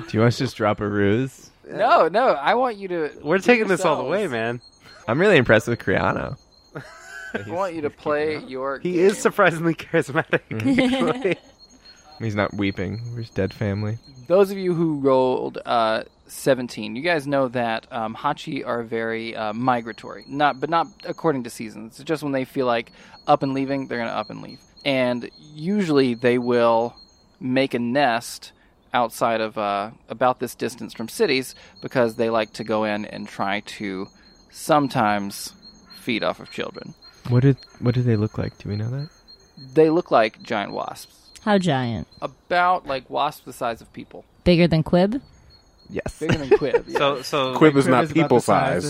C: Do you want us to just drop a ruse?
A: No, no. I want you to.
E: We're taking this all the
A: yourselves.
E: way, man.
C: I'm really impressed with Criano.
A: I want you to play your.
E: He is surprisingly charismatic. actually.
C: He's not weeping. We're his dead family.
A: Those of you who rolled uh, 17, you guys know that um, Hachi are very uh, migratory, not but not according to seasons. It's just when they feel like up and leaving, they're going to up and leave. And usually they will make a nest outside of uh, about this distance from cities because they like to go in and try to sometimes feed off of children.
C: What did what do they look like? Do we know that?
A: They look like giant wasps,
B: How giant?
A: about like wasps the size of people,
B: Bigger than Quib?
C: Yes.
A: bigger than quib. yeah.
E: so, so,
D: Quib is not people sized.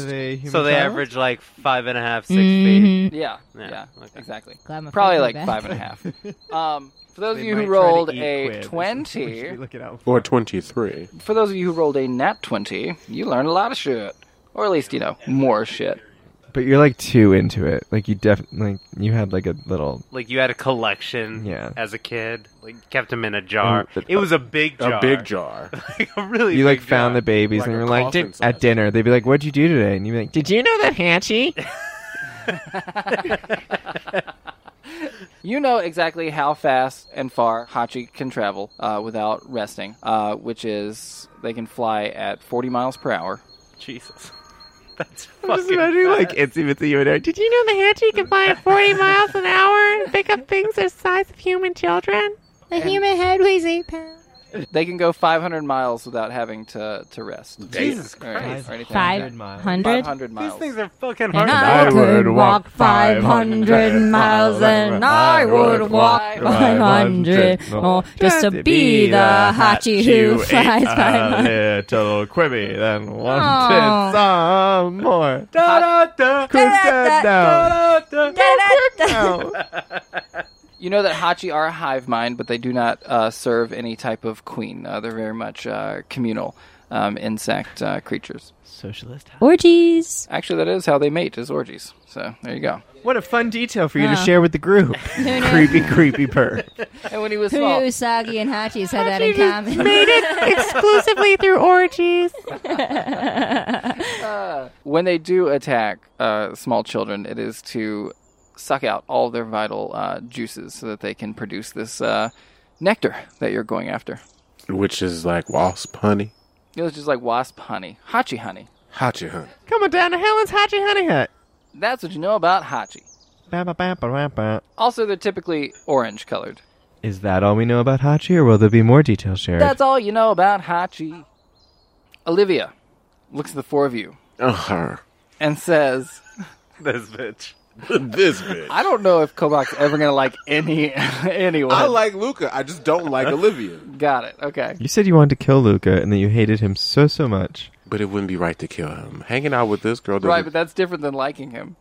E: so they average like five and a half, six feet.
A: Yeah,
E: Yeah,
A: yeah,
E: okay.
A: exactly.
B: Glad my
A: Probably
B: phone
A: like
B: came
A: five
B: back.
A: and a half. Um, for those of you who rolled a twenty,
D: Or 23.
A: for those of you who rolled a nat twenty, you learned a lot of shit, or at least you know more shit.
C: But you're like too into it. Like you definitely, like, you had like a little.
F: Like you had a collection
C: Yeah.
F: as a kid. Like kept them in a jar.
C: Mm, but-
F: it was a big jar.
D: A big jar.
F: like a really
C: You like
F: big
C: found the
F: jar.
C: babies
D: Like
C: and
D: a
C: you're like
D: coffin
C: "Did-"
D: size.
C: at dinner. They'd be like, "What'd you do today?" And you'd be like, "Did you know that Hatchie?"
A: You know exactly how fast and far Hachi can travel uh, without resting, uh, which is they can fly at 40 miles per hour.
F: Jesus. That's
C: I'm just
F: fucking
C: imagining like Itsy Bitsy Yoda. Did you know the Hatchie can fly at 40 miles an hour and pick up things the size of human children?
B: The human head weighs eight pounds.
A: They can go 500 miles without having to, to rest.
F: Jesus
A: Or any- or anything like
B: Five
A: that.
B: hundred.
A: 500 miles.
F: These things are fucking
B: And
F: hard.
B: I,
C: I
B: could
C: would
B: walk
C: walk
B: 500 miles, and I would walk 100 more just to be the Hachi who flies
C: uh,
B: 500.
G: little quibby, then
B: Aw.
G: wanted some more.
A: You know that Hachi are a hive mind, but they do not uh, serve any type of queen. Uh, they're very much uh, communal um, insect uh, creatures.
G: Socialist.
B: Orgies.
A: Actually, that is how they mate, is orgies. So there you go.
C: What a fun detail for you to
B: Wow.
C: share with the group.
B: knew?
C: creepy, creepy purr.
A: And when he was
B: Who
A: small,
B: knew Usagi and Hachi's had that in common?
C: Exclusively through orgies.
A: when they do attack uh, small children, it is to suck out all their vital uh, juices so that they can produce this uh, nectar that you're going after.
D: Which is like wasp honey.
A: It was just like wasp honey, Hachi honey.
D: Hachi honey.
C: Come on down to Helen's Hatchie Honey Hut.
A: That's what you know about Hachi.
C: Ba, ba, ba, ba, ba, ba.
A: Also, they're typically orange colored.
C: Is that all we know about Hachi, or will there be more details shared?
A: That's all you know about Hachi. Olivia looks at the four of you
D: Uh huh.
A: and says,
F: this bitch.
D: this bitch.
A: "I don't know if Kobak's ever gonna like any anyone."
D: I like Luca. I just don't like Olivia.
A: Got it. Okay.
C: you said you wanted to kill Luca and that you hated him so, so much.
D: But it wouldn't be right to kill him. Hanging out with this girl doesn't.
A: Right, but that's different than liking him.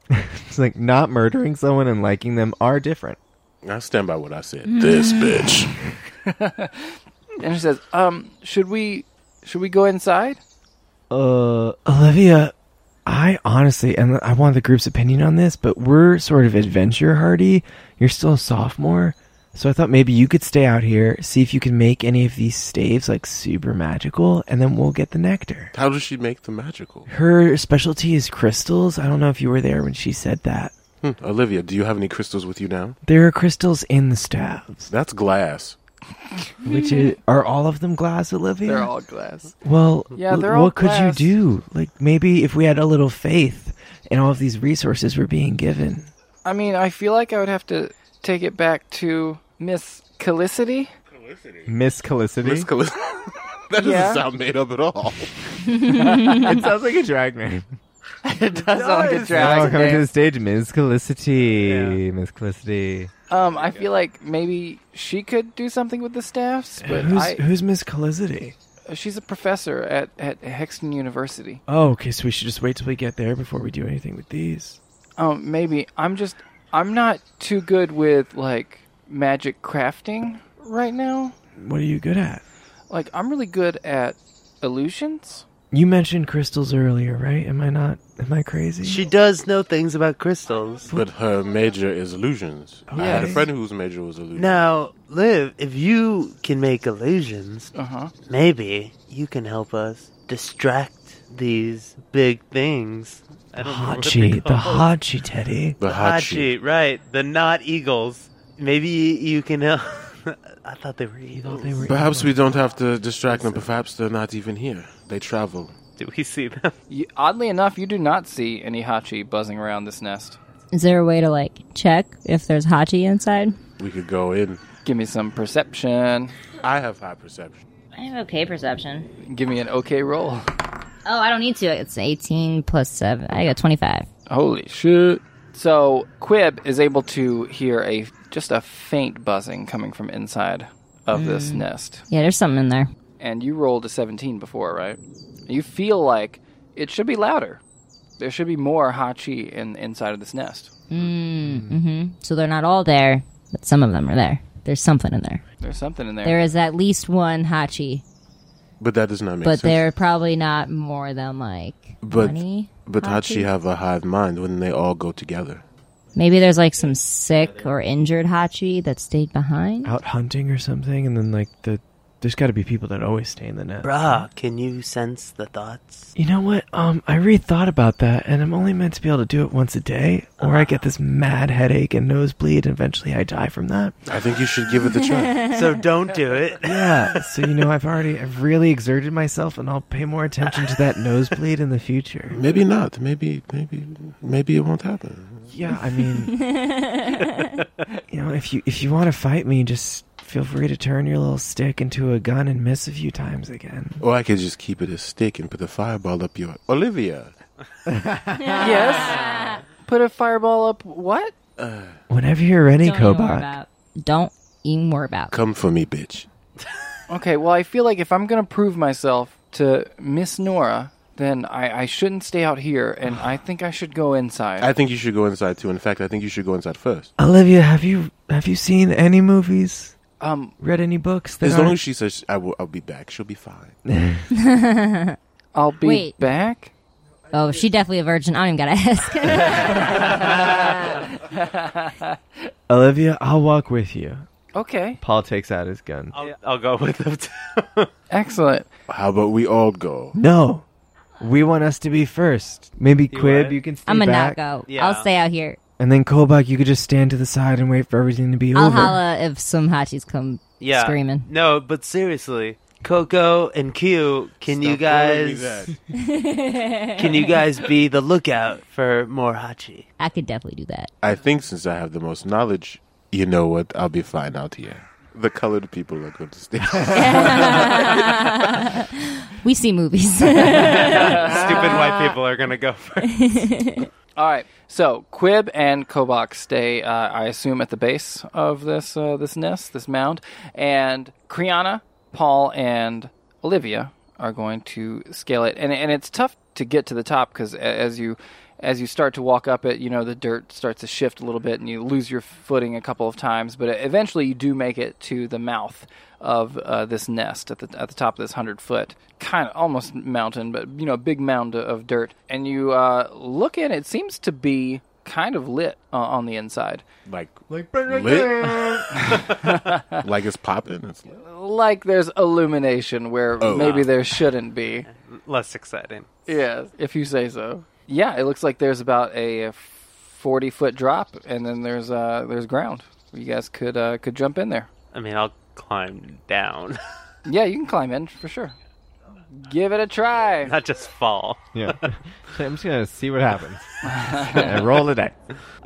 C: It's like not murdering someone and liking them are different.
D: I stand by what I said. This bitch.
A: And she says, "Um, should we should we go inside?"
C: Uh, Olivia, I honestly, and I want the group's opinion on this, but we're sort of adventure hardy. You're still a sophomore, so I thought maybe you could stay out here, see if you can make any of these staves like super magical, and then we'll get the nectar.
D: How does she make them magical?
C: Her specialty is crystals. I don't know if you were there when she said that.
D: Hmm. Olivia, do you have any crystals with you now?
C: There are crystals in the staves,
D: That's glass.
C: which is, are all of them glass, Olivia?
A: Mm-hmm. They're all glass.
C: Well,
A: Yeah,
C: l-
A: they're
C: what
A: all
C: could you
A: glass.
C: do? Like maybe if we had a little faith in all of these resources we're being given.
A: I mean, I feel like I would have to take it back to Miss Calicity.
G: Miss Calicity.
D: Miss Calis- that doesn't
A: Yeah.
D: sound made up at all.
G: it sounds like a drag name.
A: it does sound like a
G: Now
A: drag
G: coming to
A: name.
G: the stage, Miss Calicity. Miss Calicity.
A: Um, I feel like maybe she could do something with the staffs, but
C: who's,
A: I,
C: who's Miss Calicity?
A: she's a professor at at Hexton University.
C: Oh, okay, so we should just wait till we get there before we do anything with these.
A: Um, maybe I'm just I'm not too good with like magic crafting right now.
C: What are you good at?
A: Like I'm really good at illusions.
C: You mentioned crystals earlier, right? Am I not? Am I crazy?
F: She does know things about crystals.
D: But her major is illusions. I had a
C: Yes.
D: friend whose major was illusions.
F: Now, Liv, if you can make illusions,
A: Uh huh.
F: maybe you can help us distract these big things. I don't know what
C: Hachi,
F: they're
A: Oh.
C: the
F: called.
C: Hachi Teddy.
D: The Hachi.
F: Hachi, right? The not eagles. Maybe you can help. I thought they were eagles.
C: They were
D: Perhaps we don't have to distract them. Perhaps they're not even here. They travel.
F: Do we see them?
A: You, oddly enough, you do not see any hachi buzzing around this nest.
B: Is there a way to like check if there's Hachi inside?
D: We could go in.
A: Give me some perception.
D: I have high perception.
B: I have okay perception.
A: Give me an okay roll.
B: Oh, I don't need to. It's 18 plus 7. I got 25.
A: Holy shit. So Quib is able to hear a just a faint buzzing coming from inside of this nest.
B: Yeah, there's something in there.
A: And you rolled a 17 before, right? You feel like it should be louder. There should be more hachi in inside of this nest.
B: Hmm. Mm-hmm. So they're not all there, but some of them are there. There's something in there.
A: There's something in there.
B: There is at least one Hachi,
D: But that does not make
B: but
D: sense.
B: they're probably not more than like
D: But-
B: 20.
D: But how'd she have a hive mind when they all go together?
B: Maybe there's like some sick or injured Hachi that stayed behind.
C: out hunting or something, and then like the there's got to be people that always stay in the net.
F: Bruh, can you sense the thoughts?
C: You know what? Um, I rethought about that, and I'm only meant to be able to do it once a day, or I get this mad headache and nosebleed, and eventually I die from that.
D: I think you should give it the try.
F: So don't do it.
C: Yeah. so you know, I've already I've really exerted myself, and I'll pay more attention to that nosebleed in the future.
D: maybe not. Maybe maybe maybe it won't happen.
C: Yeah, I mean, you know, if you if you want to fight me, just feel free to turn your little stick into a gun and miss a few times again.
D: Or I could just keep it a stick and put a fireball up your Olivia.
A: yes. Put a fireball up. What?
C: Whenever you're ready,
B: Don't even worry
C: Kobach.
B: about. Don't even worry about.
D: Come for me, bitch.
A: Okay, well, I feel like if I'm going to prove myself to Miss Nora, then I, I shouldn't stay out here, and I think I should go inside.
D: I think you should go inside too. In fact, I think you should go inside first.
C: Olivia, have you have you seen any movies?
A: um,
C: Read any books? That
D: As long
C: aren't-
D: as she says I will, I'll be back. She'll be fine.
A: I'll be
B: Wait.
A: back.
B: Oh, she definitely a virgin. I don't even gotta ask.
C: Olivia, I'll walk with you.
A: Okay,
G: Paul takes out his gun.
F: I'll, I'll go with them too.
A: excellent.
D: How about we all go?
C: No, we want us to be first. Maybe Quib,
F: what?
C: you can stay
B: I'm gonna
C: back,
B: not go.
F: Yeah.
B: I'll stay out here.
C: and then Kobach, you could just stand to the side and wait for everything to be
B: I'll
C: over.
B: holla if some Hachis come
F: yeah.
B: screaming.
F: No, but seriously, Coco and Q, can you guys can you guys be the lookout for more Hachi?
B: I could definitely do that.
D: I think since I have the most knowledge, you know what? I'll be fine out here. The colored people are going to stay.
B: We see movies.
F: Stupid white people are gonna go for it.
A: All right. So Quib and Kobach stay, uh, I assume, at the base of this uh, this nest, this mound, and Kriana, Paul, and Olivia are going to scale it. And and it's tough to get to the top because as you as you start to walk up it, you know the dirt starts to shift a little bit, and you lose your footing a couple of times. But eventually, you do make it to the mouth of uh, this nest at the at the top of this hundred foot kind of almost mountain, but you know, big mound of dirt. And you uh, look in; it seems to be kind of lit uh, on the inside,
D: like like lit. like it's popping. It's lit.
A: like there's illumination where
D: Oh.
A: maybe there shouldn't be.
F: Less exciting.
A: Yeah, if you say so. Yeah, it looks like there's about a forty foot drop, and then there's uh, there's ground. You guys could uh, could jump in there.
F: I mean, I'll climb down,
A: Yeah, you can climb in for sure. Give it a try.
F: not just fall.
G: Yeah. So I'm just gonna see what happens. And roll the dice.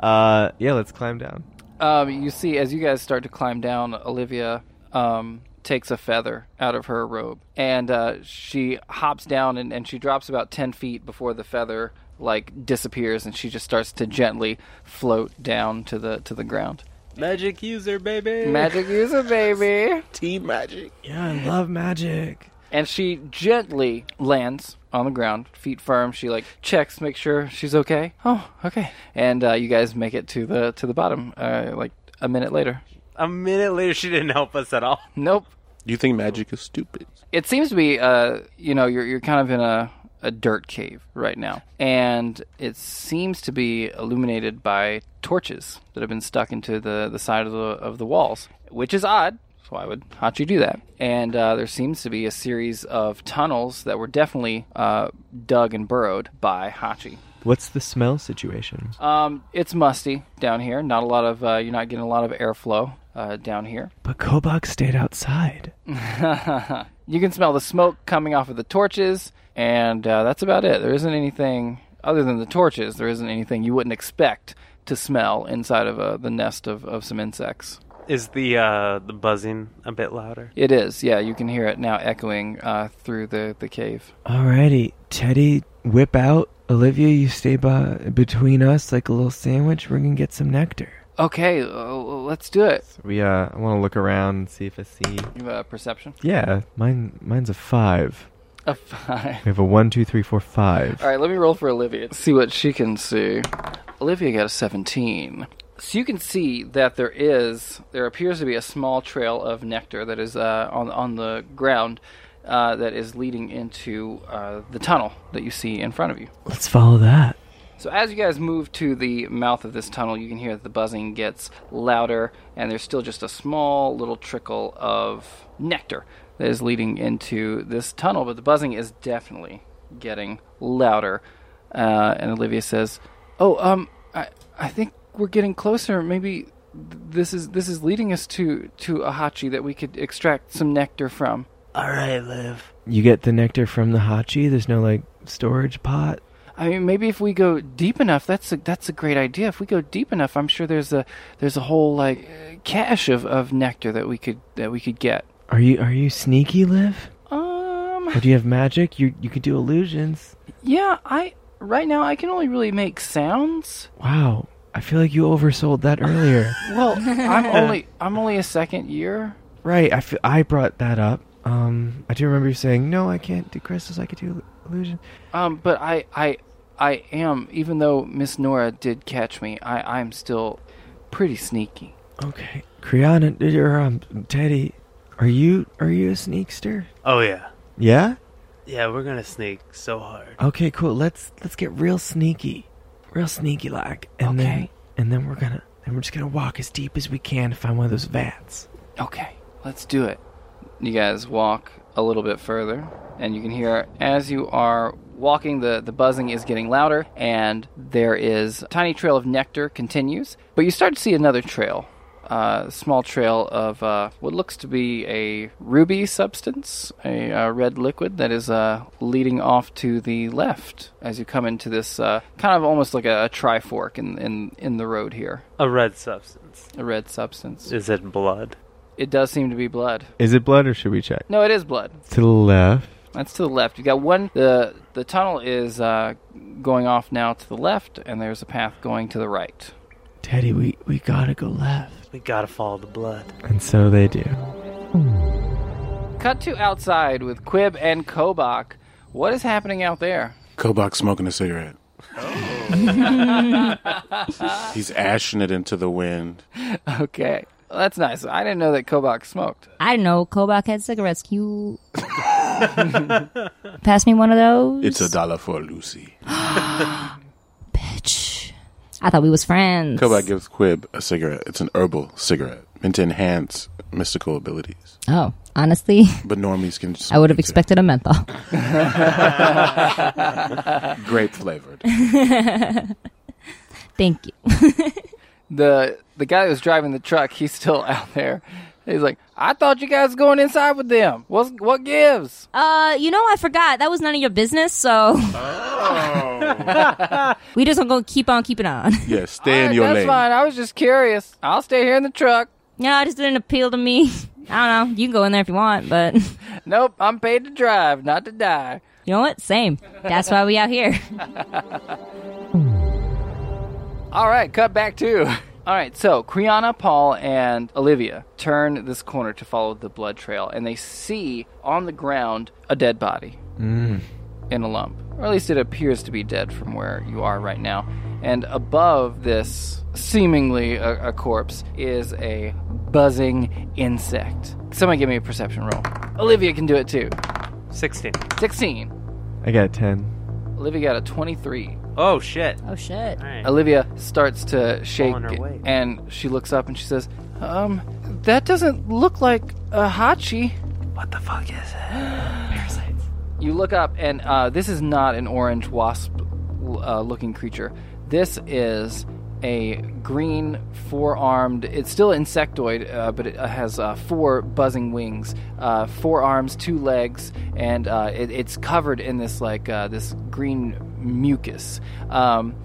G: Uh, yeah, let's climb down.
A: Um, you see, as you guys start to climb down, Olivia um, takes a feather out of her robe and uh, she hops down and, and she drops about 10 feet before the feather like disappears and she just starts to gently float down to the to the ground.
F: Magic user, baby.
A: Magic user baby.
D: Team magic.
C: Yeah, I love magic.
A: And she gently lands on the ground, feet firm. She like checks, make sure she's okay. Oh, okay. And uh, you guys make it to the to the bottom uh, like a minute later.
F: A minute later, she didn't help us at all.
A: Nope.
D: You think magic is stupid?
A: it seems to be uh you know you're you're kind of in a a dirt cave right now and it seems to be illuminated by torches that have been stuck into the the side of the of the walls which is odd so why would Hachi do that? And uh, there seems to be a series of tunnels that were definitely uh, dug and burrowed by Hachi.
G: What's the smell situation?
A: Um, it's musty down here. Not a lot of uh, you're not getting a lot of airflow uh, down here.
C: But Kobach stayed outside.
A: You can smell the smoke coming off of the torches, and uh, that's about it. There isn't anything other than the torches. There isn't anything you wouldn't expect to smell inside of uh, the nest of, of some insects.
F: Is the uh, the buzzing a bit louder?
A: It is, yeah. You can hear it now echoing uh, through the, the cave.
C: Alrighty, Teddy, whip out. Olivia, you stay by, between us like a little sandwich. We're gonna get some nectar.
A: Okay, uh, let's do it.
G: We uh, I want to look around and see if I see.
A: You have a perception
G: Yeah, mine, mine's a five.
A: a five.
G: We have a one, two, three, four, five.
A: All right, let me roll for Olivia. See what she can see. Olivia got a 17. So you can see that there is, there appears to be a small trail of nectar that is uh, on on the ground, uh, that is leading into uh, the tunnel that you see in front of you.
C: Let's follow that.
A: So as you guys move to the mouth of this tunnel, you can hear that the buzzing gets louder, and there's still just a small little trickle of nectar that is leading into this tunnel, but the buzzing is definitely getting louder. Uh, and Olivia says, "Oh, um, I, I think we're getting closer. Maybe th- this is this is leading us to to a hachi that we could extract some nectar from."
F: All right, Liv.
C: You get the nectar from the hachi. There's no like storage pot.
A: I mean, maybe if we go deep enough, that's a that's a great idea. If we go deep enough, I'm sure there's a there's a whole like uh, cache of, of nectar that we could that we could get.
C: Are you are you sneaky, Liv?
A: Um,
C: Or do you have magic? You you could do illusions.
A: yeah, I right now I can only really make sounds.
C: Wow, I feel like you oversold that earlier.
A: Well, I'm only I'm only a second year.
C: right, I fe- I brought that up. Um, I do remember you saying no, I can't do crystals. I could do ill- illusion.
A: Um, but I I I am even though Miss Nora did catch me, I I'm still pretty sneaky.
C: Okay, Kriana or um Teddy, are you are you a sneakster?
F: Oh yeah,
C: Yeah.
F: yeah. We're gonna sneak so hard.
C: Okay, cool. Let's let's get real sneaky, real sneaky like, and then
A: Okay.
C: and then we're gonna and we're just gonna walk as deep as we can to find one of those vats.
A: Okay, let's do it. You guys walk a little bit further, and you can hear as you are walking, the, the buzzing is getting louder, and there is a tiny trail of nectar continues. But you start to see another trail, uh, small trail of uh, what looks to be a ruby substance, a uh, red liquid that is uh, leading off to the left as you come into this uh, kind of almost like a, a trifork in, in, in the road here,
F: A red substance.
A: a red substance.
F: Is it blood?
A: It does seem to be blood.
G: Is it blood or should we check?
A: No, it is blood.
G: To the left.
A: That's to the left. You got one. the The tunnel is uh, going off now to the left, and there's a path going to the right.
C: Teddy, we we gotta go left.
F: We gotta follow the blood.
G: And so they do.
A: Cut to outside with Quib and Kobach. What is happening out there?
D: Kobach smoking a cigarette. He's ashing it into the wind.
A: Okay, Well, that's nice. I didn't know that Kobach smoked.
B: I know Kobach had cigarettes. Can you pass me one of those?
D: It's a dollar for Lucy.
B: bitch. I thought we was friends.
D: Kobach gives Quib a cigarette. It's an herbal cigarette meant to enhance mystical abilities.
B: Oh, honestly,
D: But normies can. Smoke
B: I would have
D: it, too.
B: expected a menthol.
D: grape flavored.
B: Thank you.
A: the The guy who's driving the truck, he's still out there. He's like, I thought you guys were going inside with them. What's what gives?
B: Uh, you know, I forgot. That was none of your business, so.
D: Oh.
B: we just gonna keep on keeping on.
D: Yeah, stay in
A: Alright,
D: your
A: that's
D: lane.
A: fine. I was just curious. I'll stay here in the truck.
B: No, it just didn't appeal to me. I don't know. You can go in there if you want, but you
A: Nope, I'm paid to drive, not to die.
B: know what? Same. That's why we out here.
A: All right, cut back to. All right, so Kriana, Paul, and Olivia turn this corner to follow the blood trail, and they see on the ground a dead body in a lump, or at least it appears to be dead from where you are right now. And above this, seemingly a, a corpse, is a buzzing insect. Somebody give me a perception roll. Olivia can do it too.
F: Sixteen.
A: 16.
G: I got 10.
A: Olivia got a 23.
F: Oh shit.
B: Oh shit.
F: All right.
A: Olivia starts to shake
F: her weight.
A: and she looks up and she says, Um, that doesn't look like a Hachi.
F: What the fuck is it?
A: You look up and uh, this is not an orange wasp uh, looking creature. This is a green four armed, it's still insectoid, uh, but it has uh, four buzzing wings, uh, four arms, two legs, and uh, it, it's covered in this like uh, this green mucus. Um,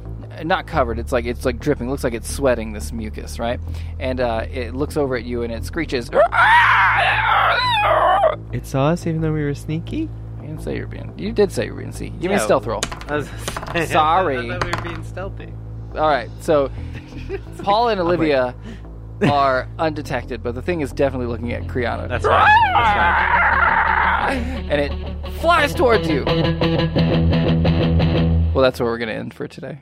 A: not covered. It's like it's like dripping. Looks like it's sweating this mucus, right? And uh, it looks over at you and it screeches. "Ah!" I
G: It saw us even though we were sneaky?
A: didn't say you're being. You did say you're being sneaky. Give me a
F: Yeah.
A: stealth roll.
F: I was-
A: Sorry.
F: I thought we were being stealthy.
A: All right. So Paul and Olivia are undetected, but the thing is definitely looking at Kriana,
F: That's fine. That's fine.
A: and it flies towards you. Well, that's where we're gonna end for today.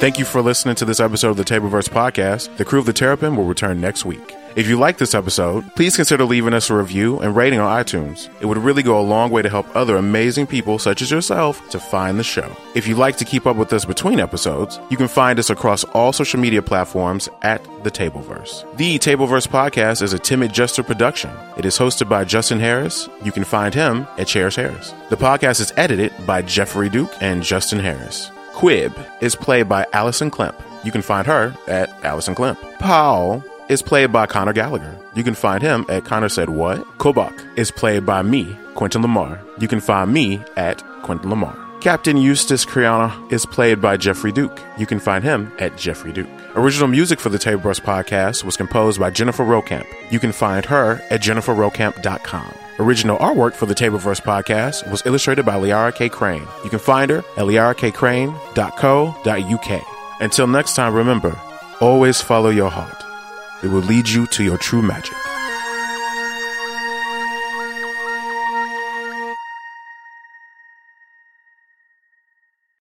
D: Thank you for listening to this episode of the Tableverse Podcast. The crew of the Terrapin will return next week. If you like this episode, please consider leaving us a review and rating on iTunes. It would really go a long way to help other amazing people such as yourself to find the show. If you'd like to keep up with us between episodes, you can find us across all social media platforms at The Tableverse. The Tableverse Podcast is a Timid Jester production. It is hosted by Justin Harris. You can find him at Chairs Harris. The podcast is edited by Jeffrey Duke and Justin Harris. Quib is played by Allison Klemp. You can find her at Allison Klemp. Powell is played by Connor Gallagher. You can find him at Connor Said What. Kobach is played by me, Quentin Lamar. You can find me at Quentin Lamar. Captain Eustace Kriana is played by Jeffrey Duke. You can find him at Jeffrey Duke. Original music for the Table Brush podcast was composed by Jennifer Rokamp. You can find her at jenniferrokamp.com. Original artwork for the Tableverse podcast was illustrated by Liara K. Crane. You can find her at liarakcrane.co.uk. Until next time, remember, always follow your heart. It will lead you to your true magic.